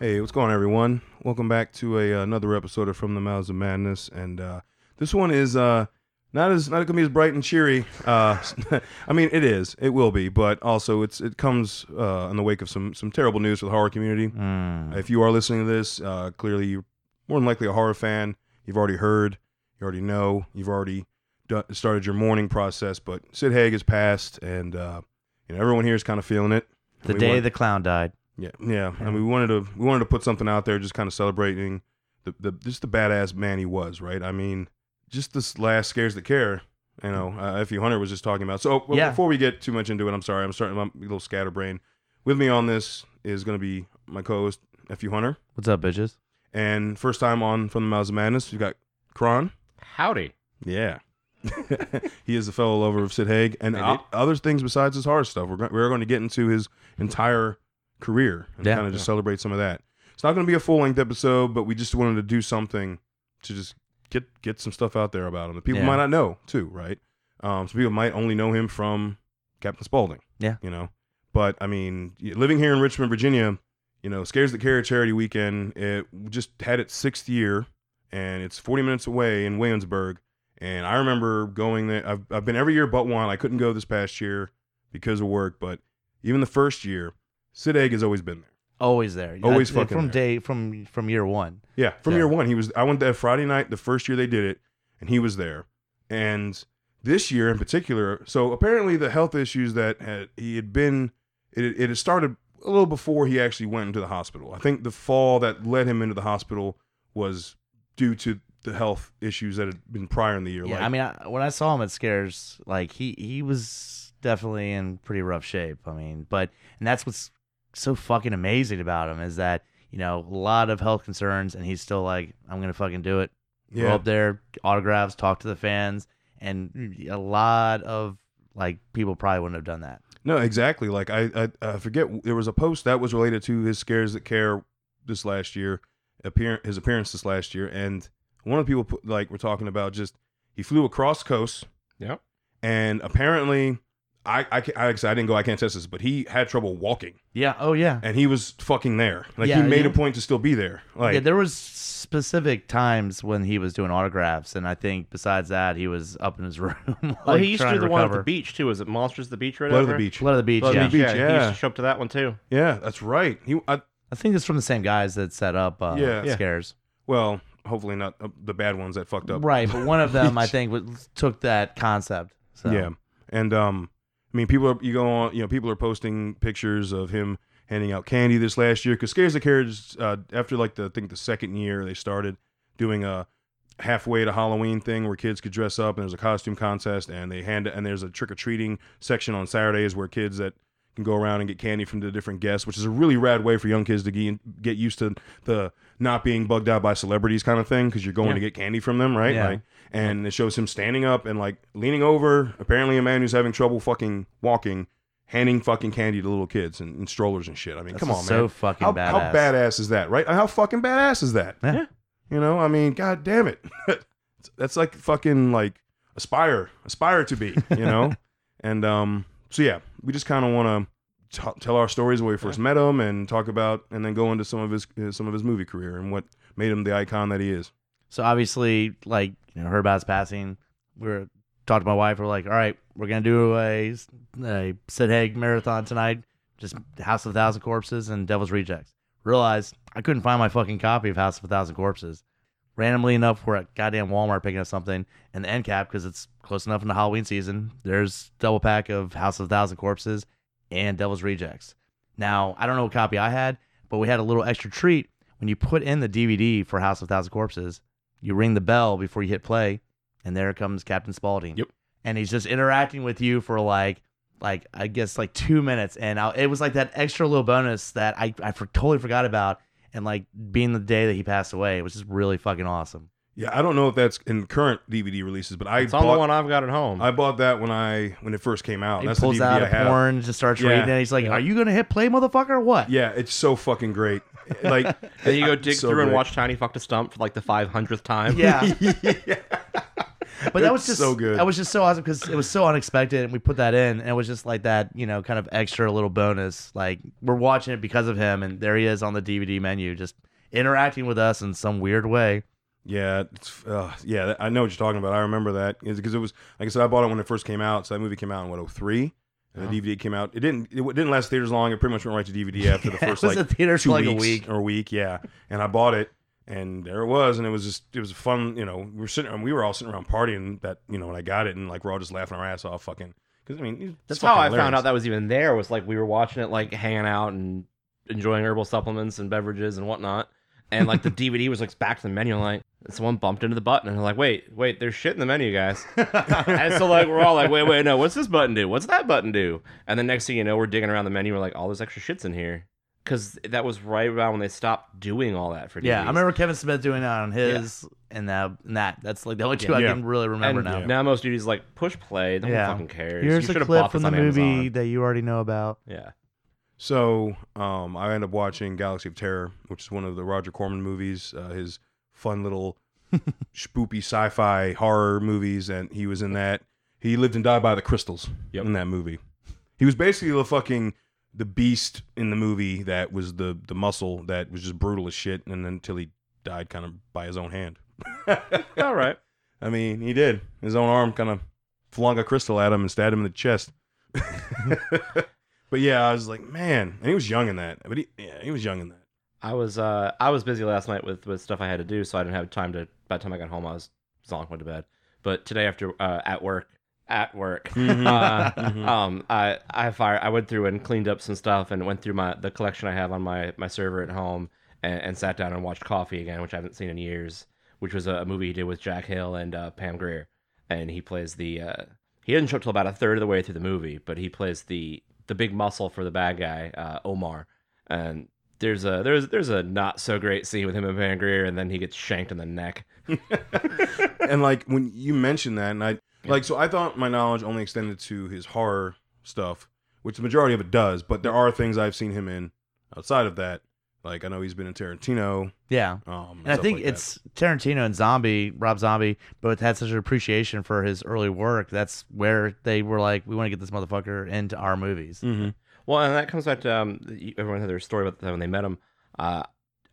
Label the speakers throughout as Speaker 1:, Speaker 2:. Speaker 1: Hey, what's going on, everyone? Welcome back to a, another episode of From the Mouths of Madness, and uh, this one is uh, not as not gonna be as bright and cheery. Uh, I mean, it is, it will be, but also it's it comes uh, in the wake of some some terrible news for the horror community.
Speaker 2: Hmm.
Speaker 1: If you are listening to this, uh, clearly you're more than likely a horror fan. You've already heard, you already know, you've already done, started your mourning process. But Sid Haig has passed, and uh, you know everyone here is kind of feeling it.
Speaker 2: The
Speaker 1: We
Speaker 2: day
Speaker 1: want-
Speaker 2: the clown died.
Speaker 1: yeah, yeah, and we wanted to we wanted to put something out there, just kind of celebrating the, the just the badass man he was, right? I mean, just this last scares that care, you know. Uh, F.U. Hunter was just talking about. So oh, well,
Speaker 2: Yeah.
Speaker 1: before we get too much into it, I'm sorry, I'm starting I'm a little scatterbrained. With me on this is going to be my co-host F.U. Hunter,
Speaker 2: What's up, bitches?
Speaker 1: and first time on from the Mouths of Madness, we've got Kron.
Speaker 3: Howdy.
Speaker 1: Yeah. he is the fellow lover of Sid Haig and
Speaker 3: Indeed.
Speaker 1: o- other things besides his horror stuff. We're, go- we're going to get into his entire career and
Speaker 2: Yeah.
Speaker 1: kind of just celebrate some of that. It's not going to be a full length episode, but we just wanted to do something to just get get some stuff out there about him that people
Speaker 2: Yeah.
Speaker 1: might not know too, right? Um, some people might only know him from Captain Spaulding.
Speaker 2: Yeah.
Speaker 1: you know. But I mean, y- living here in Richmond, Virginia, you know, Scares the Care Charity Weekend, it just had its sixth year, and it's 40 minutes away in Williamsburg. And I remember going there. I've, I've been every year but one. I couldn't go this past year because of work, but even the first year, Sid Egg has always been there.
Speaker 2: Always there.
Speaker 1: Always
Speaker 2: That's-
Speaker 1: fucking
Speaker 2: from
Speaker 1: there.
Speaker 2: day from from year one.
Speaker 1: Yeah, from
Speaker 2: Yeah.
Speaker 1: year one, he was. I went there Friday night, the first year they did it, and he was there. And this year in particular, so apparently the health issues that had, he had been, it it had started a little before he actually went into the hospital. I think the fall that led him into the hospital was due to the health issues that had been prior in the year.
Speaker 2: Yeah,
Speaker 1: like,
Speaker 2: I mean, I, when I saw him at Scares, like he he was definitely in pretty rough shape. I mean, but and that's what's so fucking amazing about him is that you know a lot of health concerns, and he's still like, I'm gonna fucking do it. Go
Speaker 1: yeah,
Speaker 2: up there, autographs, talk to the fans, and a lot of like people probably wouldn't have done that.
Speaker 1: no, exactly. Like I, I I forget there was a post that was related to his scares that care this last year, appear his appearance this last year, and one of the people put, like we're talking about just he flew across coast
Speaker 3: Yep.
Speaker 1: and apparently I I, ca- I, actually- I didn't go I can't test this but he had trouble walking
Speaker 2: Yeah. Oh yeah.
Speaker 1: and he was fucking there like he
Speaker 2: Yeah,
Speaker 1: made
Speaker 2: yeah.
Speaker 1: a point to still be there like
Speaker 2: yeah, there was specific times when he was doing autographs, and I think besides that, he was up in his room. like,
Speaker 3: well, he used to
Speaker 2: trying
Speaker 3: do the one at the
Speaker 2: recover.
Speaker 3: beach too. Is it Monsters of the Beach right
Speaker 1: Blood of
Speaker 3: over?
Speaker 1: the beach
Speaker 2: Blood of the beach.
Speaker 3: Blood
Speaker 2: yeah,
Speaker 3: of the beach.
Speaker 1: Beach,
Speaker 3: Yeah, he
Speaker 1: yeah.
Speaker 3: used to show up to that one too.
Speaker 1: yeah that's right he I,
Speaker 2: I think it's from the same guys that set up uh,
Speaker 1: Yeah. Yeah.
Speaker 2: scares.
Speaker 1: well hopefully not uh, the bad ones that fucked up
Speaker 2: Right, but one of them I think was, took that concept. So.
Speaker 1: Yeah, and um, I mean, people are you go on, you know, people are posting pictures of him handing out candy this last year because Scares the Carriage uh, after like the I think the second year they started doing a halfway to Halloween thing where kids could dress up and there's a costume contest and they hand and there's a trick or treating section on Saturdays where kids that can go around and get candy from the different guests, which is a really rad way for young kids to ge- get used to the not being bugged out by celebrities kind of thing because you're going to get candy from them, right?
Speaker 2: Yeah.
Speaker 1: Like, and it shows him standing up and like leaning over, apparently a man who's having trouble fucking walking, handing fucking candy to little kids and, and strollers and shit. I mean,
Speaker 2: That's
Speaker 1: come on,
Speaker 2: just so
Speaker 1: man.
Speaker 2: fucking
Speaker 1: How,
Speaker 2: badass.
Speaker 1: how badass is that, right? How fucking badass is that?
Speaker 2: Yeah.
Speaker 1: You know, I mean, god damn it. That's like fucking like aspire, aspire to be, you know? and um so yeah, we just kind of want to tell our stories where we first met him and talk about and then go into some of his uh, some of his movie career and what made him the icon that he is.
Speaker 2: So obviously, like you know, heard about his passing. We were talked to my wife. We're like, all right, we're gonna do a a Sid Haig marathon tonight. Just House of a Thousand Corpses and Devil's Rejects. Realized I couldn't find my fucking copy of House of a Thousand Corpses. Randomly enough, we're at goddamn Walmart picking up something, and the end cap because it's close enough in the Halloween season. There's double pack of House of a Thousand Corpses and Devil's Rejects. Now I don't know what copy I had, but we had a little extra treat when you put in the DVD for House of a Thousand Corpses you ring the bell before you hit play, and there comes Captain Spaulding.
Speaker 3: Yep.
Speaker 2: And he's just interacting with you for like like I guess like two minutes, and I, it was like that extra little bonus that I I for, totally forgot about, and like being the day that he passed away, it was just really fucking awesome.
Speaker 1: Yeah, I don't know if that's in current DVD releases, but I
Speaker 3: It's on the
Speaker 1: bought
Speaker 3: one I've got at home.
Speaker 1: I bought that when I when it first came out.
Speaker 2: He
Speaker 1: that's
Speaker 2: pulls
Speaker 1: the DVD
Speaker 2: out
Speaker 1: I
Speaker 2: a
Speaker 1: have.
Speaker 2: porn, just starts
Speaker 1: Yeah.
Speaker 2: reading, it. He's like, "Are you gonna hit play, motherfucker, or what?"
Speaker 1: Yeah, it's so fucking great. Like
Speaker 3: then you go dig
Speaker 1: so
Speaker 3: through and
Speaker 1: great.
Speaker 3: watch Tiny Fuck to Stump for like the 500th time.
Speaker 2: Yeah. But that was
Speaker 1: It's
Speaker 2: just
Speaker 1: so good.
Speaker 2: That was just so awesome because it was so unexpected, and we put that in, and it was just like that, you know, kind of extra little bonus. Like we're watching it because of him, and there he is on the DVD menu, just interacting with us in some weird way.
Speaker 1: Yeah, it's, uh, yeah, that- I know what you're talking about. I remember that because it was like I said, I bought it when it first came out. So that movie came out in what 03? and
Speaker 3: Yeah.
Speaker 1: the DVD came out. It didn't. It didn't last theaters long. It pretty much went right to DVD after the
Speaker 2: It
Speaker 1: first
Speaker 2: was
Speaker 1: like
Speaker 2: in theaters
Speaker 1: two
Speaker 2: for
Speaker 1: weeks
Speaker 2: like a week.
Speaker 1: or a week. Yeah, and I bought it, and there it was, and it was just it was fun. You know, we were sitting, we were all sitting around partying that you know, and I got it, and like we're all just laughing our ass off, fucking. Because I mean, it's
Speaker 3: That's
Speaker 1: fucking
Speaker 3: how I
Speaker 1: hilarious.
Speaker 3: found out that was even there was like we were watching it like hanging out and enjoying herbal supplements and beverages and whatnot. And like the DVD was like back to the menu like and someone bumped into the button and they're like, Wait, wait, there's shit in the menu, guys. and so like we're all like, Wait, wait, no, what's this button do? What's that button do? And the next thing you know, we're digging around the menu, we're like, all this extra shit's in here. Cause that was right around when they stopped doing all that for DVDs.
Speaker 2: Yeah, I remember Kevin Smith doing that on his and that and that. That's like the only two I
Speaker 1: Yeah.
Speaker 2: can really remember
Speaker 3: and
Speaker 2: now.
Speaker 1: yeah.
Speaker 3: now most duties like push play, no
Speaker 2: Yeah.
Speaker 3: one fucking cares.
Speaker 2: Here's
Speaker 3: you should
Speaker 2: a
Speaker 3: have bought
Speaker 2: clip
Speaker 3: this
Speaker 2: from the
Speaker 3: on
Speaker 2: movie
Speaker 3: Amazon.
Speaker 2: that you already know about.
Speaker 3: Yeah.
Speaker 1: So um, I end up watching Galaxy of Terror, which is one of the Roger Corman movies. Uh, his fun little spoopy sci-fi horror movies, and he was in that. He lived and died by the crystals
Speaker 3: Yep.
Speaker 1: in that movie. He was basically the fucking the beast in the movie that was the the muscle that was just brutal as shit, and then until he died, kind of by his own hand.
Speaker 3: all right.
Speaker 1: I mean, he did. His own arm kind of flung a crystal at him and stabbed him in the chest. but yeah, I was like, man, and he was young in that. But he, yeah, he was young in that.
Speaker 3: I was uh I was busy last night with with stuff I had to do, so I didn't have time to. By the time I got home, I was zonk went to bed. But today after uh, at work at work,
Speaker 1: Mhm.
Speaker 3: uh,
Speaker 1: Mhm.
Speaker 3: um I I fire I went through and cleaned up some stuff and went through my the collection I have on my my server at home and, and sat down and watched Coffee again, which I haven't seen in years. Which was a, a movie he did with Jack Hill and uh, Pam Grier, and he plays the uh, he didn't show up till about a third of the way through the movie, but he plays the the big muscle for the bad guy uh, Omar and there's a there's there's a not so great scene with him and Van Greer, and then he gets shanked in the neck.
Speaker 1: and like when you mentioned that, and I like, so I thought my knowledge only extended to his horror stuff, which the majority of it does. But there are things I've seen him in outside of that. Like I know he's been in Tarantino.
Speaker 2: Yeah.
Speaker 1: Um,
Speaker 2: And I
Speaker 1: stuff
Speaker 2: think
Speaker 1: like that.
Speaker 2: it's Tarantino and Zombie, Rob Zombie, both had such an appreciation for his early work. That's where they were like, we want to get this motherfucker into our movies.
Speaker 1: Mhm.
Speaker 3: Well, and that comes back to um, the- everyone had their story about the time when they met him. Uh,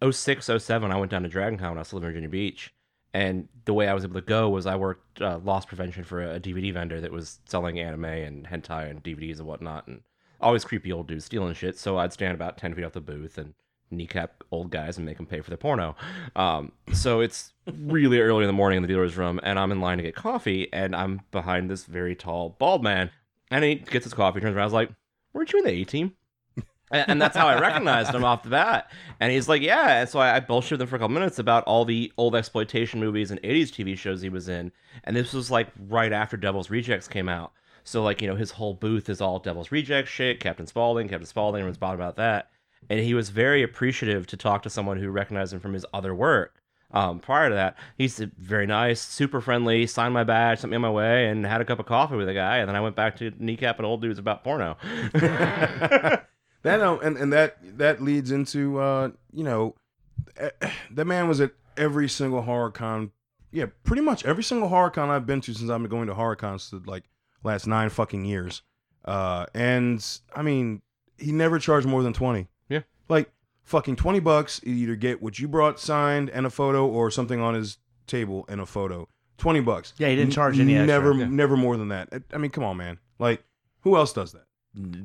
Speaker 3: 06, 07, I went down to Dragontown when I still lived in Virginia Beach, and the way I was able to go was I worked uh, loss prevention for a DVD vendor that was selling anime and hentai and DVDs and whatnot, and always creepy old dudes stealing shit. So I'd stand about ten feet off the booth and kneecap old guys and make them pay for their porno. Um, so it's really early in the morning in the dealer's room, and I'm in line to get coffee, and I'm behind this very tall bald man, and he gets his coffee, turns around, I was like, "Weren't you in the A team?" and, and that's how I recognized him off the bat. And he's like, "Yeah." And so I, I bullshit with him for a couple minutes about all the old exploitation movies and '80s TV shows he was in, and this was like right after Devil's Rejects came out. So like you know his whole booth is all Devil's Rejects shit, Captain Spaulding, Captain Spaulding, everyone's bought about that and he was very appreciative to talk to someone who recognized him from his other work. Um, prior to that, he's very nice, super friendly, signed my badge, sent me on my way, and had a cup of coffee with a guy, and then I went back to kneecap an old dudes about porno.
Speaker 1: That um, and and that that leads into uh, you know, eh, that man was at every single horror con. Yeah, pretty much every single horror con I've been to since I've been going to horror cons the like last nine fucking years. Uh, and I mean, he never charged more than twenty.
Speaker 3: Yeah.
Speaker 1: like fucking twenty bucks. You either get what you brought signed and a photo, or something on his table and a photo. Twenty bucks.
Speaker 2: Yeah, he didn't
Speaker 1: N-
Speaker 2: charge any extra.
Speaker 1: Never,
Speaker 3: Yeah.
Speaker 1: never more than that. I- I mean, come on, man. Like, who else does that?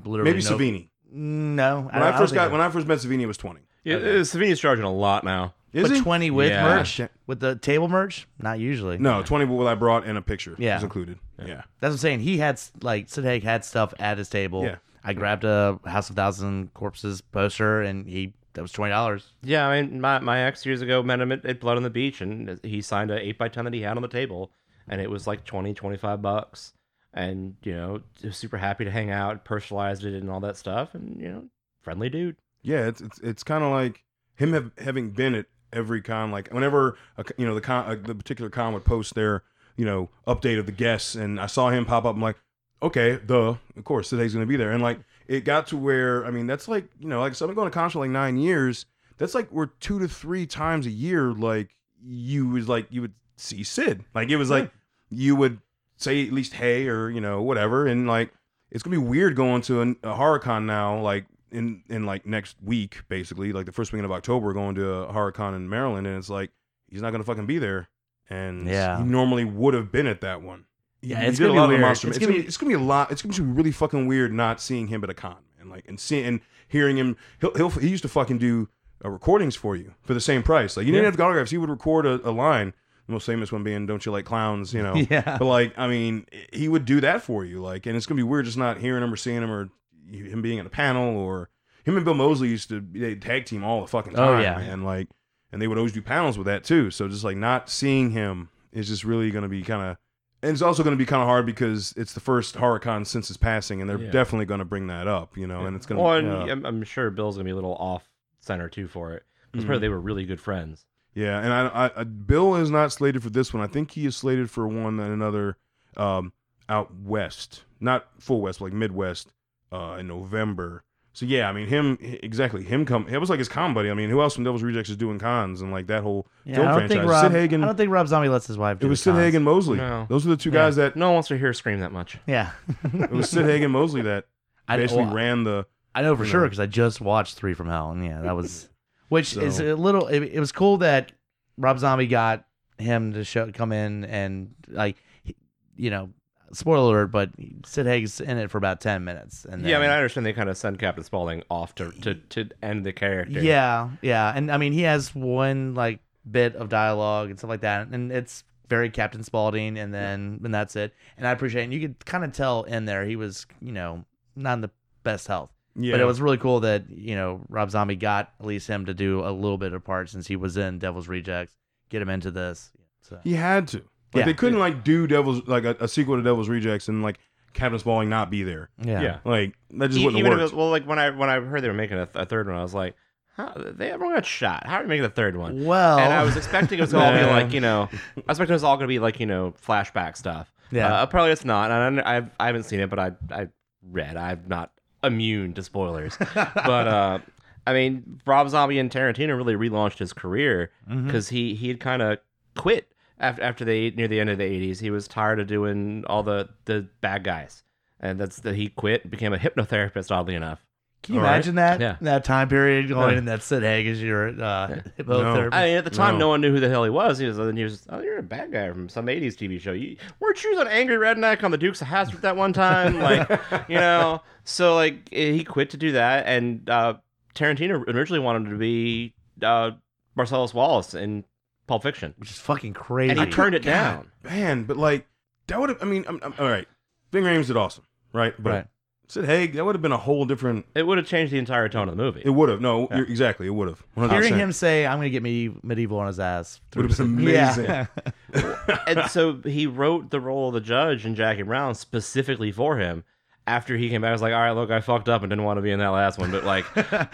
Speaker 2: Literally
Speaker 1: Maybe
Speaker 2: no,
Speaker 1: Savini.
Speaker 2: No.
Speaker 1: When I, first got when I first met Savini, it was twenty.
Speaker 3: Yeah, uh, Savini's charging a lot now.
Speaker 1: Is
Speaker 2: but
Speaker 1: he?
Speaker 2: 20 with
Speaker 3: Yeah.
Speaker 2: merch? With the table merch? Not usually.
Speaker 1: No, twenty. But what I brought and a picture
Speaker 2: Yeah.
Speaker 1: was included. Yeah.
Speaker 2: That's what I'm saying. He had, like, Sid Haig had stuff at his table.
Speaker 1: Yeah.
Speaker 2: I grabbed a House of Thousand Corpses poster, and he, that was $20.
Speaker 3: Yeah, I mean, my, my ex years ago met him at, at Blood on the Beach, and he signed a 8 by 10 that he had on the table, and it was like 20, 25 bucks. and you know just super happy to hang out, personalized it and all that stuff, and you know friendly dude.
Speaker 1: Yeah, it's it's, it's kind of like him have, having been at every con. Like whenever a, c- you know the con, uh, the particular con would post their you know update of the guests, and I saw him pop up. I'm like, okay, duh, of course today's gonna be there. And like it got to where I mean that's like you know like so I've been going to cons for like nine years. That's like we're two to three times a year. Like you was like you would see Sid. Like it was like you would say at least hey or you know whatever and like it's gonna be weird going to an, a horrorcon now like in in like next week basically like the first weekend of october going to a horrorcon in maryland and it's like he's not gonna fucking be there and
Speaker 2: Yeah.
Speaker 1: he normally would have been at that one
Speaker 2: Yeah,
Speaker 1: He
Speaker 2: it's
Speaker 1: did a
Speaker 2: gonna be
Speaker 1: lot of the
Speaker 2: weird.
Speaker 1: monster-
Speaker 2: It's
Speaker 1: it's,
Speaker 2: gonna
Speaker 1: gonna be,
Speaker 2: be-
Speaker 1: it's gonna be a lot it's gonna be really fucking weird not seeing him at a con and like and seeing and hearing him he'll, he'll he used to fucking do uh, recordings for you for the same price like you didn't
Speaker 2: Yeah.
Speaker 1: have autographs he would record a, a line the most famous one being Oh. don't you like clowns you know
Speaker 2: Yeah.
Speaker 1: but like, I mean, he would do that for you. Like, and it's gonna be weird just not hearing him or seeing him or him being in a panel or him and Bill Mosley used to they tag team all the fucking
Speaker 2: Oh,
Speaker 1: time.
Speaker 2: yeah.
Speaker 1: man. Like, and they would always do panels with that too. So just like not seeing him is just really gonna be kind of. And it's also going to be kind of hard because it's the first Horicon since his passing, and they're
Speaker 3: Yeah.
Speaker 1: definitely going to bring that up, you know. And it's going to,
Speaker 3: Well, and I'm, I'm sure Bill's gonna be a little off center too for it. Because
Speaker 1: Mhm.
Speaker 3: they were really good friends.
Speaker 1: Yeah, and I, I, I Bill is not slated for this one. I think he is slated for one and another um, out west, not full west, like Midwest, uh, in November. So yeah, I mean him h- exactly. Him come. It was like his con buddy. I mean, who else from Devil's Rejects is doing cons and like that whole
Speaker 2: Yeah,
Speaker 1: film
Speaker 2: I don't
Speaker 1: franchise?
Speaker 2: think Rob.
Speaker 1: Sid
Speaker 2: I
Speaker 1: Hagen.
Speaker 2: don't think Rob Zombie lets his wife.
Speaker 1: It
Speaker 2: do
Speaker 1: was
Speaker 2: the
Speaker 1: Sid
Speaker 2: cons.
Speaker 1: Hagen Mosley.
Speaker 3: No.
Speaker 1: Those are the two
Speaker 2: Yeah.
Speaker 1: guys that.
Speaker 3: No one wants to hear her scream that much.
Speaker 2: Yeah,
Speaker 1: It was Sid Hagen Mosley that
Speaker 2: I,
Speaker 1: basically
Speaker 2: well,
Speaker 1: ran the.
Speaker 2: I know for
Speaker 1: you
Speaker 2: sure
Speaker 1: know.
Speaker 2: because I just watched Three from Hell, and yeah, that was which is
Speaker 1: So-
Speaker 2: a little. It, it was cool that Rob Zombie got him to show come in and like he- you know. Spoiler alert, but Sid Haig's in it for about ten minutes, and
Speaker 3: Yeah, I mean,
Speaker 2: then-
Speaker 3: I understand they kind of send Captain Spaulding off to, to, to end the character.
Speaker 2: Yeah, yeah, and I mean he has one like bit of dialogue and stuff like that, and it's very Captain Spaulding, and then and that's it. And I appreciate, and you could kind of tell in there he was, you know, not in the best health,
Speaker 1: Yeah.
Speaker 2: but it was really cool that you know Rob Zombie got at least him to do a little bit of part since he was in Devil's Rejects, get him into this. So
Speaker 1: He had to. Like
Speaker 2: Yeah.
Speaker 1: they couldn't like do Devil's like a, a sequel to Devil's Rejects and like Captain Spaulding not be there.
Speaker 2: yeah,
Speaker 3: yeah.
Speaker 1: Like that just
Speaker 3: E-
Speaker 1: wouldn't
Speaker 3: Even if
Speaker 1: work.
Speaker 3: it, well, like when I when I heard they were making a, th- a third one, I was like, huh, they everyone got shot. How are you making a third one?
Speaker 2: Well,
Speaker 3: And I was expecting it was going to be
Speaker 1: Yeah.
Speaker 3: like you know, I was expecting it was all going to be like you know flashback stuff.
Speaker 2: Yeah.
Speaker 3: uh, apparently it's not. And I, I I haven't seen it, but I I read I'm not immune to spoilers. but uh, I mean, Rob Zombie and Tarantino really relaunched his career
Speaker 2: Mhm.
Speaker 3: because he he had kind of quit after after they near the end of the eighties. He was tired of doing all the the bad guys, and that's that he quit and became a hypnotherapist. Oddly enough,
Speaker 2: Can you
Speaker 1: All right.
Speaker 2: imagine that
Speaker 3: Yeah.
Speaker 2: that time period going
Speaker 3: Yeah.
Speaker 2: in that Sid Haig is your uh, hypnotherapist?
Speaker 3: I mean, at the time,
Speaker 1: No.
Speaker 3: no. one knew who the hell he was. He was, and he was oh, you're a bad guy from some eighties TV show. You weren't you an angry redneck on the Dukes of Hazzard that one time, like you know. So like eh, he quit to do that, and uh, Tarantino originally wanted him to be uh, Marcellus Wallace in Pulp Fiction,
Speaker 2: which is fucking crazy.
Speaker 3: and he turned it down.
Speaker 1: man, but like that would have. I mean, I'm, I'm, all right. Ving Rhames did awesome, right? But
Speaker 2: Right.
Speaker 1: Sid Haig, that would have been a whole different.
Speaker 3: It would have changed the entire tone of the movie.
Speaker 1: It would have. No, you're, exactly. It would have. 100%.
Speaker 2: Hearing him say, "I'm going to get me medieval on his ass,"
Speaker 1: would have been
Speaker 2: through- Yeah.
Speaker 1: amazing.
Speaker 3: and so he wrote the role of the judge in Jackie Brown specifically for him. After he came back, I was like, "All right, look, I fucked up and didn't want to be in that last one, but like,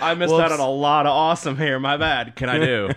Speaker 3: I missed out
Speaker 2: Whoops.
Speaker 3: on a lot of awesome here. My bad. Can I do?"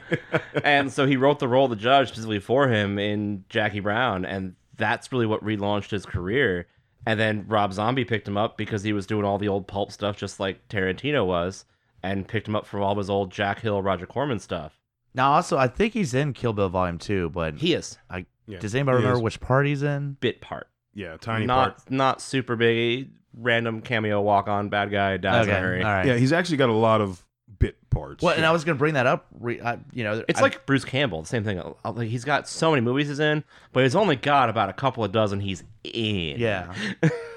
Speaker 3: and so he wrote the role of the judge specifically for him in Jackie Brown, and that's really what relaunched his career. And then Rob Zombie picked him up because he was doing all the old pulp stuff, just like Tarantino was, and picked him up for all of his old Jack Hill, Roger Corman stuff.
Speaker 2: Now, also, I think he's in Kill Bill Volume Two, but
Speaker 3: He is
Speaker 2: I,
Speaker 1: Yeah,
Speaker 2: does anybody
Speaker 1: he
Speaker 2: remember
Speaker 1: is.
Speaker 2: which part he's in?
Speaker 3: bit part.
Speaker 1: Yeah, tiny
Speaker 3: not
Speaker 1: part.
Speaker 3: not super big. Random cameo walk on bad guy dies in a hurry.
Speaker 2: all right.
Speaker 1: Yeah, he's actually got a lot of bit parts.
Speaker 2: Well, and I was going to bring that up. Re, I, you know,
Speaker 3: It's
Speaker 2: I-
Speaker 3: like Bruce Campbell, the same thing. Uh, Like he's got so many movies he's in, but he's only got about a couple of dozen he's in.
Speaker 2: yeah,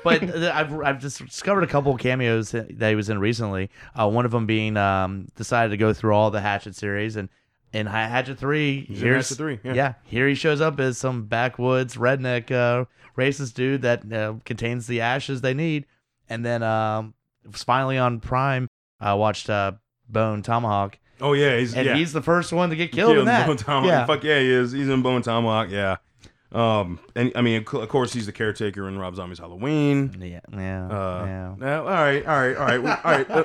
Speaker 2: but th- I've I've just discovered a couple of cameos that he was in recently. Uh, one of them being um, decided to go through all the Hatchet series, and in Ha- Hatchet Three,
Speaker 1: He's in
Speaker 2: here's-
Speaker 1: Hatchet 3, yeah.
Speaker 2: here he shows up as some backwoods redneck uh, racist dude that uh, contains the ashes they need, and then um, finally on Prime, I watched uh, Bone Tomahawk,
Speaker 1: oh yeah, he's
Speaker 2: and
Speaker 1: yeah.
Speaker 2: he's the first one to get killed in
Speaker 1: Killed
Speaker 2: that.
Speaker 1: Bone Tomahawk.
Speaker 2: Yeah.
Speaker 1: Fuck yeah, he is. He's in Bone Tomahawk. Yeah. Um, and I mean, of course, he's the caretaker in Rob Zombie's Halloween.
Speaker 2: Yeah, yeah,
Speaker 1: Uh,
Speaker 2: yeah.
Speaker 1: No, all right, all right, all right, well, all right. uh,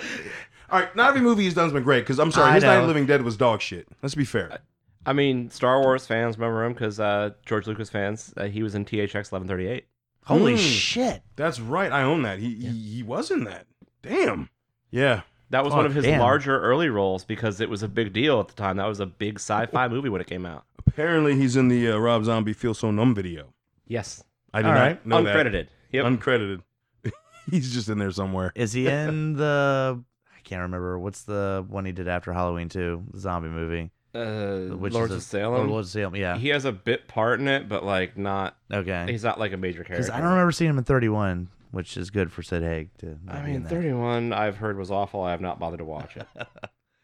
Speaker 1: all right, not every movie he's done's been great because I'm sorry,
Speaker 2: I
Speaker 1: his Night of
Speaker 2: know.
Speaker 1: the Living Dead was dog shit. Let's be fair.
Speaker 3: I mean, Star Wars fans remember him because uh, George Lucas fans. Uh, he was in THX 1138.
Speaker 2: Holy
Speaker 1: Mm.
Speaker 2: shit!
Speaker 1: That's right. I own that. He he, he was in that. Damn. Yeah.
Speaker 3: That was
Speaker 1: Oh,
Speaker 3: one of his
Speaker 2: damn.
Speaker 3: larger early roles because it was a big deal at the time. That was a big sci-fi movie when it came out.
Speaker 1: Apparently, he's in the uh, Rob Zombie Feel So Numb video.
Speaker 3: Yes,
Speaker 1: I did
Speaker 2: All
Speaker 1: not
Speaker 2: right.
Speaker 1: know that.
Speaker 3: uncredited. Yep.
Speaker 1: Uncredited. he's just in there somewhere.
Speaker 2: Is he in the? I can't remember. What's the one he did after Halloween Two? The zombie movie.
Speaker 3: uh,
Speaker 2: Which
Speaker 3: Lords
Speaker 2: is a-
Speaker 3: of Salem.
Speaker 2: Or Lords of Salem. Yeah.
Speaker 3: He has a bit part in it, but like not.
Speaker 2: okay.
Speaker 3: He's not like a major
Speaker 2: Because
Speaker 3: character.
Speaker 2: I don't remember seeing him in Thirty One, which is good for Sid Haig to. not be
Speaker 3: I
Speaker 2: in
Speaker 3: mean,
Speaker 2: that.
Speaker 3: Thirty One. I've heard was awful. I have not bothered to watch it.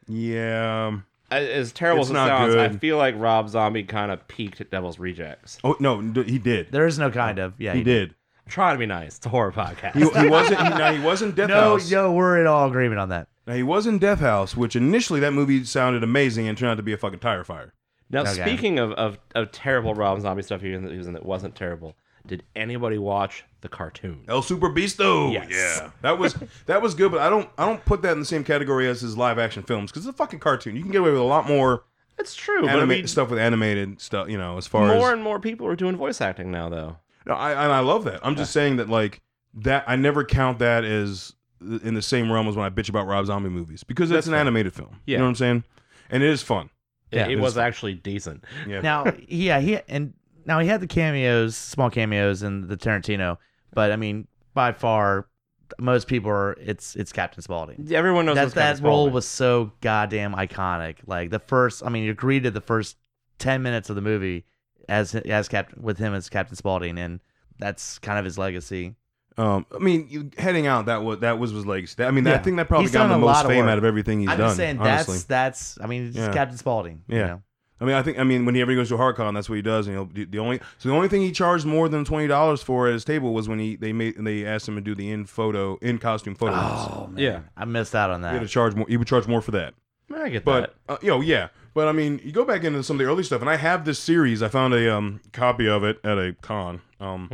Speaker 1: Yeah. um,
Speaker 3: As- As terrible
Speaker 1: It's
Speaker 3: as it
Speaker 1: not
Speaker 3: sounds, I
Speaker 1: good.
Speaker 3: feel like Rob Zombie kind of peaked at Devil's Rejects.
Speaker 1: Oh no, d- he did.
Speaker 2: There is
Speaker 3: Oh,
Speaker 2: no kind of. Yeah,
Speaker 1: he did.
Speaker 3: Try to be nice. It's a horror podcast.
Speaker 1: He, he wasn't. He, now he wasn't Death
Speaker 2: No,
Speaker 1: House.
Speaker 2: no, we're in all agreement on that.
Speaker 1: Now he was in Death House, which initially that movie sounded amazing and turned out to be a fucking tire fire.
Speaker 3: now,
Speaker 2: Okay.
Speaker 3: speaking of, of, of terrible Rob Zombie stuff, even that he was in that wasn't terrible. Did anybody watch the cartoon?
Speaker 1: El Super Beasto.
Speaker 3: Yes.
Speaker 1: Yeah. That was that was good, but I don't I don't put that in the same category as his live action films because it's a fucking cartoon. You can get away with a lot more
Speaker 3: It's true, but I
Speaker 1: anima-
Speaker 3: mean,
Speaker 1: stuff with animated stuff. You know, as far
Speaker 3: more
Speaker 1: as
Speaker 3: and more people are doing voice acting now, though.
Speaker 1: no, I and I love that. I'm just saying that like that I never count that as uh, in the same realm as when I bitch about Rob Zombie movies because it's an animated film.
Speaker 3: Yeah.
Speaker 1: You know what I'm saying? And it is fun.
Speaker 3: It-
Speaker 2: Yeah.
Speaker 3: it, was actually decent.
Speaker 1: Yeah.
Speaker 2: Now, yeah, he and now he had the cameos, small cameos in the Tarantino, but I mean, by far, most people are. It's it's Captain Spaulding.
Speaker 3: Everyone knows
Speaker 2: that
Speaker 3: what's Captain
Speaker 2: that role
Speaker 3: Spaulding.
Speaker 2: was so goddamn iconic. Like the first, I mean, you agreed to the first ten minutes of the movie as as Captain with him as Captain Spaulding, and that's kind of his legacy.
Speaker 1: Um, I mean, you, heading out that was that was his legacy. That- I mean, I
Speaker 2: Yeah.
Speaker 1: think that probably
Speaker 2: He's
Speaker 1: got him the
Speaker 2: done a lot
Speaker 1: most
Speaker 2: of
Speaker 1: fame
Speaker 2: work.
Speaker 1: out of everything he's
Speaker 2: I'm
Speaker 1: done.
Speaker 2: just saying
Speaker 1: honestly.
Speaker 2: that's that's. I mean, it's
Speaker 1: Yeah.
Speaker 2: Captain Spaulding. you
Speaker 1: Yeah.
Speaker 2: know?
Speaker 1: I mean, I think I mean whenever he goes to HardCon, that's what he does. And he'll, the, the only so the only thing he charged more than twenty dollars for at his table was when he they made they asked him to do the in photo in costume photo. ops.
Speaker 2: Oh man,
Speaker 3: Yeah.
Speaker 2: I missed out on
Speaker 1: he had to
Speaker 2: that.
Speaker 1: charge more. He would charge more for that.
Speaker 3: I get
Speaker 1: But uh, you know, yeah. But I mean, you go back into some of the early stuff, and I have this series. I found a um, copy of it at a con. Um,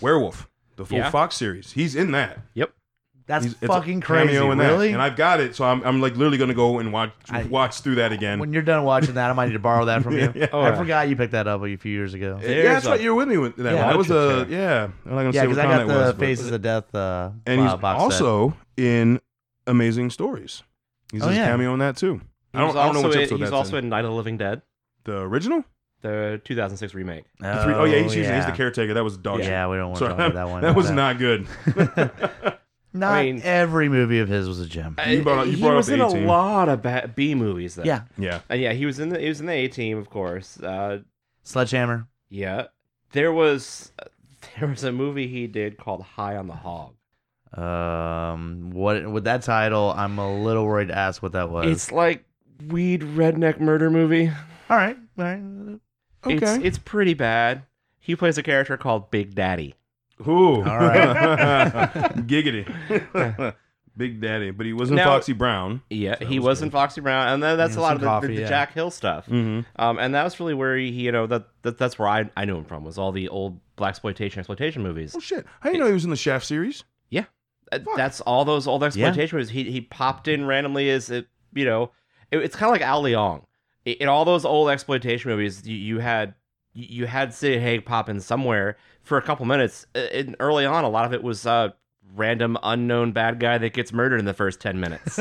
Speaker 1: Werewolf, the full
Speaker 3: Yeah.
Speaker 1: Fox series. He's in that.
Speaker 2: That's
Speaker 1: He's- it's a
Speaker 2: fucking
Speaker 1: cameo
Speaker 2: crazy.
Speaker 1: in that.
Speaker 2: Really?
Speaker 1: And I've got it, so I'm, I'm like literally gonna go and watch
Speaker 2: I-
Speaker 1: watch through that again.
Speaker 2: when you're done watching that, I might need to borrow that from you.
Speaker 1: Yeah.
Speaker 3: Oh,
Speaker 2: I
Speaker 3: yeah.
Speaker 2: forgot you picked that up a few years ago.
Speaker 1: yeah, that's
Speaker 3: There's a-
Speaker 1: right. You're with me with that.
Speaker 2: Yeah.
Speaker 1: one. That was a
Speaker 3: Bunch of
Speaker 1: yeah. I'm not gonna
Speaker 2: Yeah,
Speaker 1: say
Speaker 2: because
Speaker 1: what
Speaker 2: I
Speaker 1: con
Speaker 2: got
Speaker 1: that was,
Speaker 2: the
Speaker 1: but-
Speaker 2: Faces of Death uh,
Speaker 1: and
Speaker 2: bo-
Speaker 1: he's
Speaker 2: box set.
Speaker 1: also in Amazing Stories. He's
Speaker 2: Oh,
Speaker 1: in a
Speaker 2: yeah.
Speaker 1: cameo in that too.
Speaker 3: He
Speaker 1: I don't,
Speaker 3: was
Speaker 1: I don't know
Speaker 3: also
Speaker 1: which
Speaker 3: in-
Speaker 1: episode
Speaker 3: He's
Speaker 1: that's
Speaker 3: also
Speaker 1: in.
Speaker 3: in Night of the Living Dead,
Speaker 1: the original.
Speaker 3: the 2006 remake.
Speaker 1: The three- Oh yeah, he's, he's- he's the caretaker. That was dog shit.
Speaker 2: Yeah, we don't want to
Speaker 1: Sorry,
Speaker 2: talk about that one.
Speaker 1: That was not good.
Speaker 2: Not
Speaker 3: I mean-
Speaker 2: every movie of his was a gem.
Speaker 1: You brought up- you
Speaker 3: he
Speaker 1: brought up
Speaker 3: was
Speaker 1: the
Speaker 3: in
Speaker 1: A-Team.
Speaker 3: a lot of ba- B movies, though.
Speaker 2: yeah,
Speaker 1: yeah,
Speaker 3: Uh, yeah, he was in the he was in the A team, of course. Uh,
Speaker 2: Sledgehammer.
Speaker 3: yeah, there was there was a movie he did called High on the Hog.
Speaker 2: Um, what with that title? I'm a little worried to ask what that was.
Speaker 3: It's like weed redneck murder movie.
Speaker 2: all right, all right,
Speaker 3: It's
Speaker 1: Okay.
Speaker 3: it's pretty bad. He plays a character called Big Daddy.
Speaker 1: Ooh.
Speaker 2: All right.
Speaker 1: Giggity. Big Daddy, but he wasn't
Speaker 3: Now-
Speaker 1: Foxy Brown.
Speaker 3: Yeah,
Speaker 1: That
Speaker 3: he
Speaker 1: was
Speaker 3: was
Speaker 1: good.
Speaker 3: in Foxy Brown, and then that's
Speaker 2: Yeah,
Speaker 3: a lot
Speaker 2: some
Speaker 3: of the,
Speaker 2: coffee,
Speaker 3: the, the
Speaker 2: yeah.
Speaker 3: Jack Hill stuff.
Speaker 1: Mm-hmm.
Speaker 3: Um, and that was really where he, you know, that, that that's where I, I knew him from was all the old black exploitation exploitation movies.
Speaker 1: Oh shit! I didn't know he was in the Shaft series.
Speaker 3: Uh,
Speaker 1: Fuck.
Speaker 3: That's all those old exploitation movies. He he popped in randomly as it, you know, it- it's kind of like Al Leong. I- In all those old exploitation movies, you, you had you you had Sid Haig pop in somewhere for a couple minutes. Uh, And early on, a lot of it was uh, random unknown bad guy that gets murdered in the first ten minutes.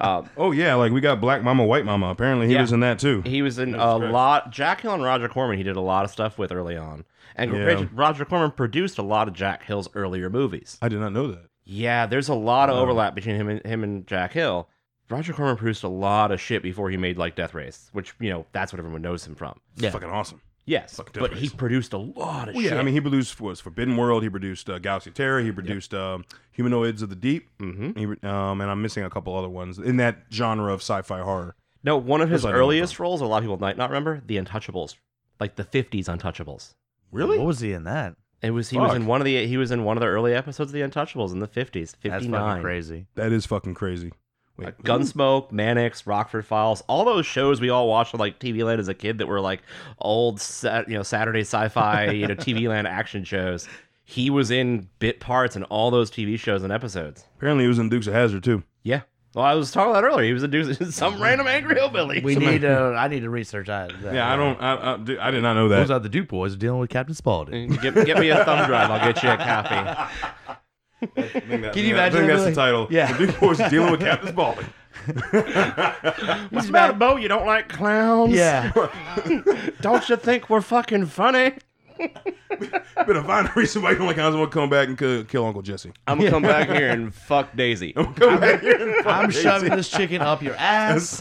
Speaker 3: um,
Speaker 1: Oh yeah, like we got Black Mama, White Mama. Apparently he
Speaker 3: Yeah.
Speaker 1: was in that too.
Speaker 3: He was in
Speaker 1: Jesus
Speaker 3: a
Speaker 1: Christ.
Speaker 3: lot. Jack Hill and Roger Corman. He did a lot of stuff with early on, and
Speaker 1: Yeah.
Speaker 3: Roger- Roger Corman produced a lot of Jack Hill's earlier movies.
Speaker 1: I did not know that.
Speaker 3: Yeah, there's a lot of
Speaker 1: Wow.
Speaker 3: overlap between him and him and Jack Hill. Roger Corman produced a lot of shit before he made like Death Race, which you know that's what everyone knows him from.
Speaker 1: It's
Speaker 2: Yeah.
Speaker 1: fucking awesome.
Speaker 3: Yes,
Speaker 1: Fuck Death
Speaker 3: but he
Speaker 1: Race.
Speaker 3: produced a lot of
Speaker 1: Well,
Speaker 3: shit.
Speaker 1: yeah, I mean he produced was Forbidden World. He produced uh, Galaxy of Terror. He produced um Humanoids of the Deep.
Speaker 3: hmm
Speaker 1: He, re- um, and I'm missing a couple other ones in that genre of sci-fi horror.
Speaker 3: no, one of his
Speaker 1: That's what I know him
Speaker 3: earliest roles a lot of people might not remember, The Untouchables, like the '50s Untouchables.
Speaker 2: What was he in that?
Speaker 3: It was he was
Speaker 1: Fuck.
Speaker 3: in one of the he was in one of the early episodes of The Untouchables in the '50s,
Speaker 2: That's fucking
Speaker 3: '59.
Speaker 2: crazy.
Speaker 1: That is fucking crazy. Wait,
Speaker 3: Like Uh, Gunsmoke, Mannix, Rockford Files, all those shows we all watched on like TV Land as a kid that were like old, sa- you know, Saturday sci-fi, you know, TV Land action shows. He was in bit parts in all those TV shows and episodes.
Speaker 1: Apparently, he was in Dukes of Hazard too.
Speaker 3: Yeah. Well, I was talking about that earlier. He was in some random angry hillbilly.
Speaker 2: We need to. I need to research that.
Speaker 1: Yeah, I don't. I, I, dude, I did not know
Speaker 2: Those
Speaker 1: that.
Speaker 2: are the Duke boys dealing with Captain Spaulding.
Speaker 3: Get, get me a thumb drive. I'll get you a copy.
Speaker 1: Can
Speaker 2: you
Speaker 1: I
Speaker 2: imagine
Speaker 1: think that's the
Speaker 2: really-
Speaker 1: title.
Speaker 2: Yeah.
Speaker 1: the Duke Boys dealing with Captain Spaulding.
Speaker 3: What's about a bow? You don't like clowns?
Speaker 2: Yeah,
Speaker 3: Don't you think we're fucking funny?
Speaker 1: Been a fine reason why you don't like Hans will come back and kill, kill Uncle Jesse.
Speaker 3: I'm gonna come back here and fuck Daisy.
Speaker 1: Come back here and fuck
Speaker 2: I'm shoving
Speaker 1: Daisy.
Speaker 2: this chicken up your ass.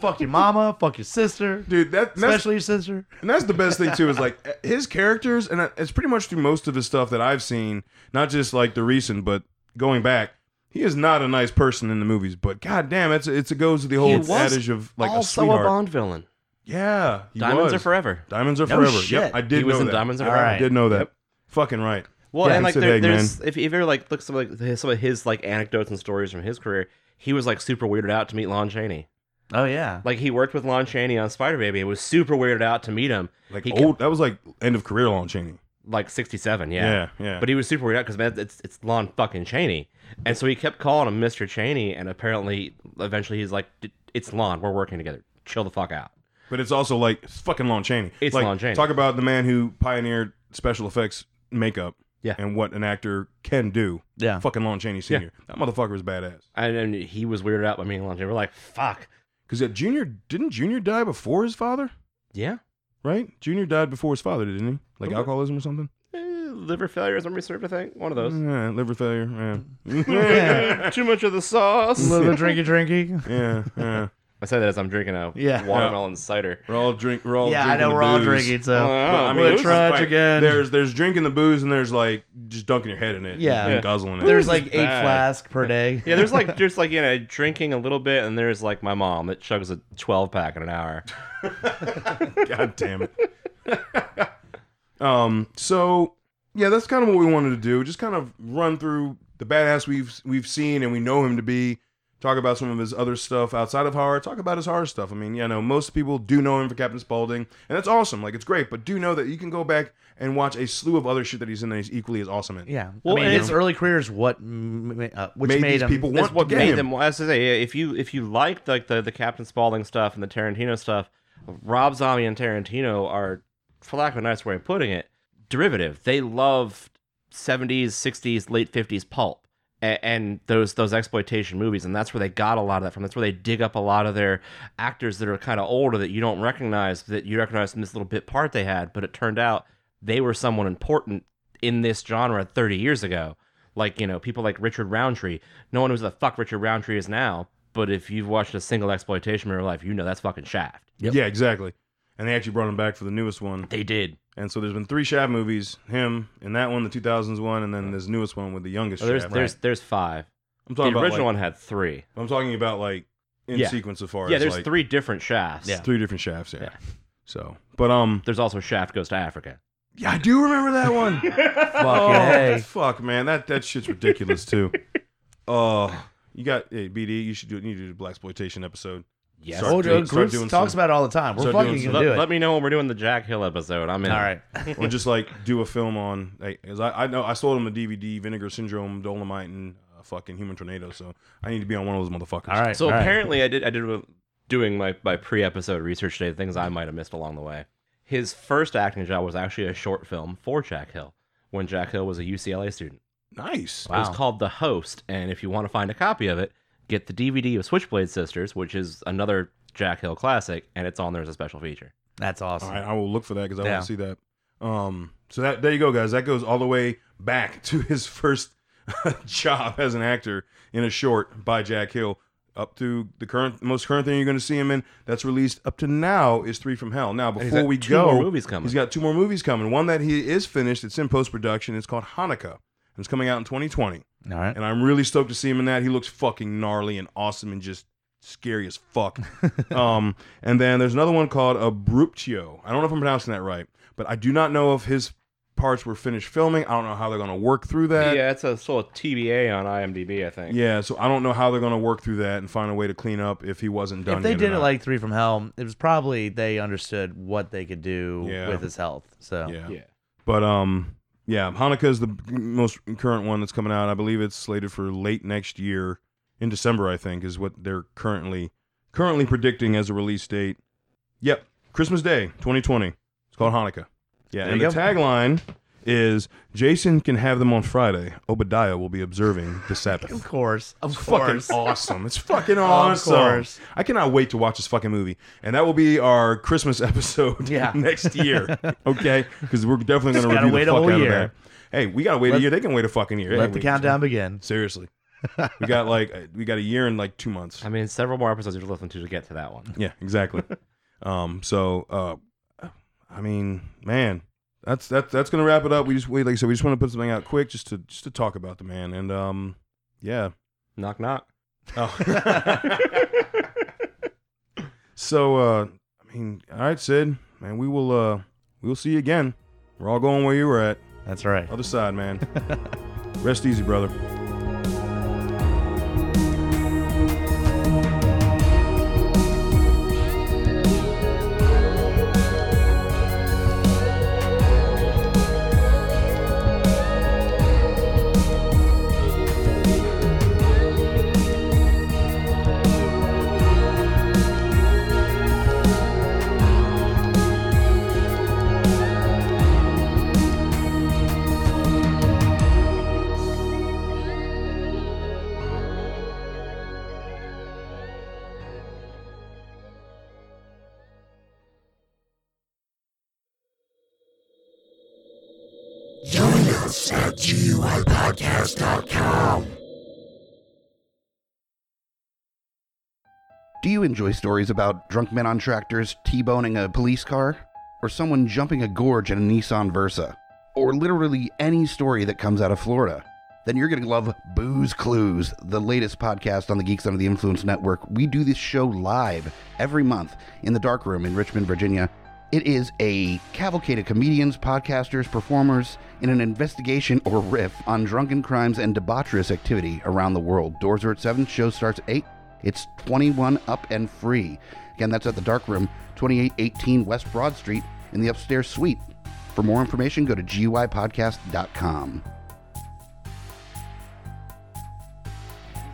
Speaker 2: fuck your mama. Fuck your sister.
Speaker 1: Dude, that, and that's
Speaker 2: Especially your sister.
Speaker 1: And that's the best thing too is like eh, his characters, and it's pretty much through most of his stuff that I've seen, not just like the recent, but going back. He is not a nice person in the movies, but god damn, it's it's it goes to the whole
Speaker 3: was
Speaker 1: adage of like a
Speaker 3: also
Speaker 1: sweetheart.
Speaker 3: Bond villain.
Speaker 1: yeah, he
Speaker 3: Diamonds
Speaker 1: was.
Speaker 3: are forever.
Speaker 1: Diamonds are
Speaker 2: No
Speaker 1: forever.
Speaker 2: shit.
Speaker 1: Yep, I did
Speaker 3: he was
Speaker 1: know
Speaker 3: in
Speaker 1: that.
Speaker 3: Diamonds Are
Speaker 2: All
Speaker 3: Forever.
Speaker 1: I did know that. Fucking right.
Speaker 3: Well,
Speaker 1: Yeah,
Speaker 3: and
Speaker 1: it's
Speaker 3: like
Speaker 1: a
Speaker 3: there,
Speaker 1: big
Speaker 3: there's if you ever like look some like his, some of his like anecdotes and stories from his career, he was like super weirded out to meet Lon Chaney.
Speaker 2: Oh yeah.
Speaker 3: Like he worked with Lon Chaney on Spider Baby. It was super weirded out to meet him.
Speaker 1: Like
Speaker 3: He
Speaker 1: old, that was like end of career Lon Chaney.
Speaker 3: Like 67, yeah.
Speaker 1: Yeah, yeah.
Speaker 3: But he was super weirded out because man, it's it's Lon fucking Chaney, and so he kept calling him Mister Chaney, and apparently eventually he's like, "D- it's Lon, we're working together. Chill the fuck out.
Speaker 1: But it's also like it's fucking Lon Chaney.
Speaker 3: It's
Speaker 1: like,
Speaker 3: Lon Chaney.
Speaker 1: Talk about the man who pioneered special effects makeup.
Speaker 3: Yeah. Uh-huh.
Speaker 1: And what an actor can do.
Speaker 2: Yeah.
Speaker 1: Fucking Lon Chaney Senior. That motherfucker is badass.
Speaker 3: And, and he was weirded out by meeting Lon Chaney. We're like, fuck,
Speaker 1: Because Junior didn't Junior die before his father,
Speaker 3: yeah.
Speaker 1: right? Junior died before his father, didn't he? Like alcoholism or something.
Speaker 3: Eh, liver failure is memory served, I think. One of those.
Speaker 1: Yeah, liver failure. Mm, Yeah.
Speaker 2: Yeah.
Speaker 3: Too much of the sauce.
Speaker 2: A little bit drinky drinky.
Speaker 1: yeah, yeah.
Speaker 3: I say that as I'm drinking a
Speaker 2: Yeah.
Speaker 3: watermelon cider.
Speaker 1: We're all drink. We're all
Speaker 2: Yeah, I
Speaker 1: drinking
Speaker 2: know
Speaker 1: the
Speaker 2: we're all
Speaker 1: booze.
Speaker 2: drinking, Oh, so
Speaker 3: Well,
Speaker 1: But, I mean,
Speaker 2: We're
Speaker 1: this is
Speaker 2: trudge
Speaker 1: like-
Speaker 2: again.
Speaker 1: There's there's drinking the booze and there's like just dunking your head in it.
Speaker 2: Yeah.
Speaker 1: and
Speaker 2: Yeah.
Speaker 1: guzzling it.
Speaker 2: there's like eight
Speaker 3: bad.
Speaker 2: flasks per day.
Speaker 3: Yeah, there's like there's like you know drinking a little bit, and there's like my mom that chugs a 12 pack in an hour.
Speaker 1: God damn it. um. So yeah, that's kind of what we wanted to do. Just kind of run through the badass we've we've seen and we know him to be. Talk about some of his other stuff outside of horror. Talk about his horror stuff. I mean, you know, most people do know him for Captain Spaulding, and that's awesome. Like, it's great. But do know that you can go back and watch a slew of other shit that he's in that he's equally as awesome in.
Speaker 2: Yeah.
Speaker 3: Well,
Speaker 2: I mean,
Speaker 3: and-
Speaker 2: his early career is what, m- m- uh, which
Speaker 1: made,
Speaker 2: made,
Speaker 1: these
Speaker 2: him.
Speaker 1: people
Speaker 3: That's
Speaker 1: want
Speaker 3: what
Speaker 1: to get
Speaker 3: made
Speaker 1: him.
Speaker 3: them. As I say, yeah, if you if you liked like the the Captain Spaulding stuff and the Tarantino stuff, Rob Zombie and Tarantino are, for lack of a nice way of putting it, derivative. They love 70s, 60s, late 50s pulp and, and those those exploitation movies, and that's where they got a lot of that from. That's where they dig up a lot of their actors that are kind of older that you don't recognize, that you recognize from this little bit part they had, but it turned out they were someone important in this genre 30 years ago. Like, you know, people like Richard Roundtree. No one knows who the fuck Richard Roundtree is now, but if you've watched a single exploitation movie in your life, you know that's fucking Shaft.
Speaker 2: Yep.
Speaker 1: Yeah, exactly. And they actually brought him back for the newest one.
Speaker 3: They did.
Speaker 1: And so there's been three Shaft movies: him in that one, the 2000s one, and then this newest one with the youngest.
Speaker 3: So Oh, there's
Speaker 1: Shaft.
Speaker 3: there's there's five.
Speaker 1: I'm
Speaker 3: The
Speaker 1: talking
Speaker 3: original
Speaker 1: about like,
Speaker 3: one had three.
Speaker 1: I'm talking about like in
Speaker 3: Yeah.
Speaker 1: sequence of far
Speaker 3: Yeah,
Speaker 1: as,
Speaker 3: there's
Speaker 1: like,
Speaker 3: three different shafts.
Speaker 2: Yeah.
Speaker 1: three different shafts. Yeah.
Speaker 3: Yeah.
Speaker 1: So, but um,
Speaker 3: There's also Shaft Goes to Africa.
Speaker 1: yeah, I do remember that one.
Speaker 2: Fuck
Speaker 1: oh,
Speaker 2: yeah. hey.
Speaker 1: fuck, man, that that shit's ridiculous too. Oh, you got hey, BD. You should do you need to do a black exploitation episode.
Speaker 3: Yes.
Speaker 1: Start
Speaker 2: Oh,
Speaker 1: doing-
Speaker 2: dude,
Speaker 1: start
Speaker 2: Groot
Speaker 1: doing
Speaker 2: talks
Speaker 1: some-
Speaker 2: about it all the time. We're
Speaker 1: start
Speaker 2: fucking
Speaker 1: doing
Speaker 2: gonna
Speaker 3: let,
Speaker 2: do it.
Speaker 3: let me know when we're doing the Jack Hill episode. I'm in.
Speaker 2: all right.
Speaker 1: or just like do a film on like 'cause I, I know I sold him a DVD Vinegar Syndrome, Dolomite, and uh, fucking Human Tornado. So I need to be on one of those motherfuckers.
Speaker 2: All right.
Speaker 3: So
Speaker 2: all right.
Speaker 3: apparently, I did. I did a- doing my my pre episode research today. Things I might have missed along the way. His first acting job was actually a short film for Jack Hill when Jack Hill was a UCLA student.
Speaker 1: nice.
Speaker 3: It
Speaker 2: Wow.
Speaker 3: was called The Host, and if you want to find a copy of it, get the DVD of Switchblade Sisters, which is another Jack Hill classic, and it's on there as a special feature.
Speaker 2: that's awesome.
Speaker 1: All right, I will look for that because I
Speaker 2: Yeah.
Speaker 1: want to see that. Um, so that there you go, guys. That goes all the way back to his first job as an actor in a short by Jack Hill, up to the current most current thing you're going to see him in. That's released up to now is Three from Hell. Now
Speaker 3: he's
Speaker 1: before
Speaker 3: got
Speaker 1: we
Speaker 3: two
Speaker 1: go,
Speaker 3: more movies coming.
Speaker 1: He's got two more movies coming. One that he is finished. It's in post production. It's called Hanukkah. And it's coming out in 2020.
Speaker 2: All right.
Speaker 1: And I'm really stoked to see him in that. He looks fucking gnarly and awesome and just scary as fuck. um, and then there's another one called Abruptio. I don't know if I'm pronouncing that right, but I do not know if his parts were finished filming. I don't know how they're going to work through that.
Speaker 3: yeah, it's a sort of TBA on IMDb, I think.
Speaker 1: Yeah, so I don't know how they're going to work through that and find a way to clean up if he wasn't done.
Speaker 2: If they
Speaker 1: yet or
Speaker 2: did it
Speaker 1: not.
Speaker 2: like Three from Hell, it was probably they understood what they could do
Speaker 1: Yeah.
Speaker 2: with his health. So
Speaker 1: yeah.
Speaker 3: Yeah.
Speaker 1: but um, yeah, Hanukkah is the most current one that's coming out. I believe it's slated for late next year in December. I think is what they're currently currently predicting as a release date. Yep, Christmas Day, 2020. It's called Hanukkah. Yeah,
Speaker 2: There
Speaker 1: and the
Speaker 2: you go.
Speaker 1: tagline is Jason can have them on Friday. Obadiah will be observing the Sabbath.
Speaker 2: of course, of
Speaker 1: It's
Speaker 2: course,
Speaker 1: fucking awesome. It's fucking awesome.
Speaker 2: course.
Speaker 1: I cannot wait to watch this fucking movie. And that will be our Christmas episode
Speaker 2: Yeah.
Speaker 1: next year. Okay? Because we're definitely going to
Speaker 2: gotta
Speaker 1: review
Speaker 2: wait
Speaker 1: the
Speaker 2: a
Speaker 1: fuck
Speaker 2: whole
Speaker 1: out
Speaker 2: year.
Speaker 1: of that. Hey, we got to wait a
Speaker 2: Let-
Speaker 1: year. They can wait a fucking year. It
Speaker 2: let
Speaker 1: ain't
Speaker 2: the
Speaker 1: waiting.
Speaker 2: countdown begin.
Speaker 1: Seriously. we got like, uh, we got a year and like two months.
Speaker 3: I mean, several more episodes you're listening to to get to that one.
Speaker 1: Yeah, exactly. um, so, uh, I mean, man, that's, that's, that's going to wrap it up. We just, we, like I said, we just want to put something out quick just to, just to talk about the man. And, um, yeah.
Speaker 3: Knock, knock.
Speaker 2: Oh.
Speaker 1: So uh I mean, all right, Sid, man, we will uh we'll see you again. We're all going where you were at.
Speaker 2: That's right.
Speaker 1: Other side, man. Rest easy, brother.
Speaker 4: Join us at GUIPodcast.com.
Speaker 5: Do you enjoy stories about drunk men on tractors T-boning a police car? Or someone jumping a gorge in a Nissan Versa? Or literally any story that comes out of Florida? Then you're going to love Booze Clues, the latest podcast on the Geeks Under the Influence Network. We do this show live every month in the dark room in Richmond, Virginia. It is a cavalcade of comedians, podcasters, performers in an investigation or riff on drunken crimes and debaucherous activity around the world. Doors are at 7, show starts at 8. It's 21 up and free. Again, that's at the Dark Room, 2818 West Broad Street in the upstairs suite. For more information, go to GUIPodcast.com.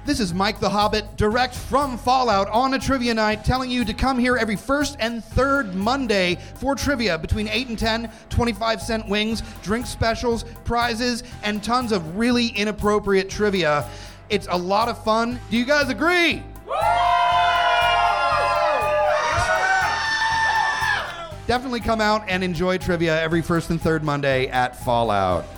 Speaker 6: This is Mike the Hobbit, direct from Fallout on a trivia night, telling you to come here every first and third Monday for trivia between 8 and 10, 25 cent wings, drink specials, prizes, and tons of really inappropriate trivia. It's a lot of fun. Do you guys agree? Definitely come out and enjoy trivia every first and third Monday at Fallout.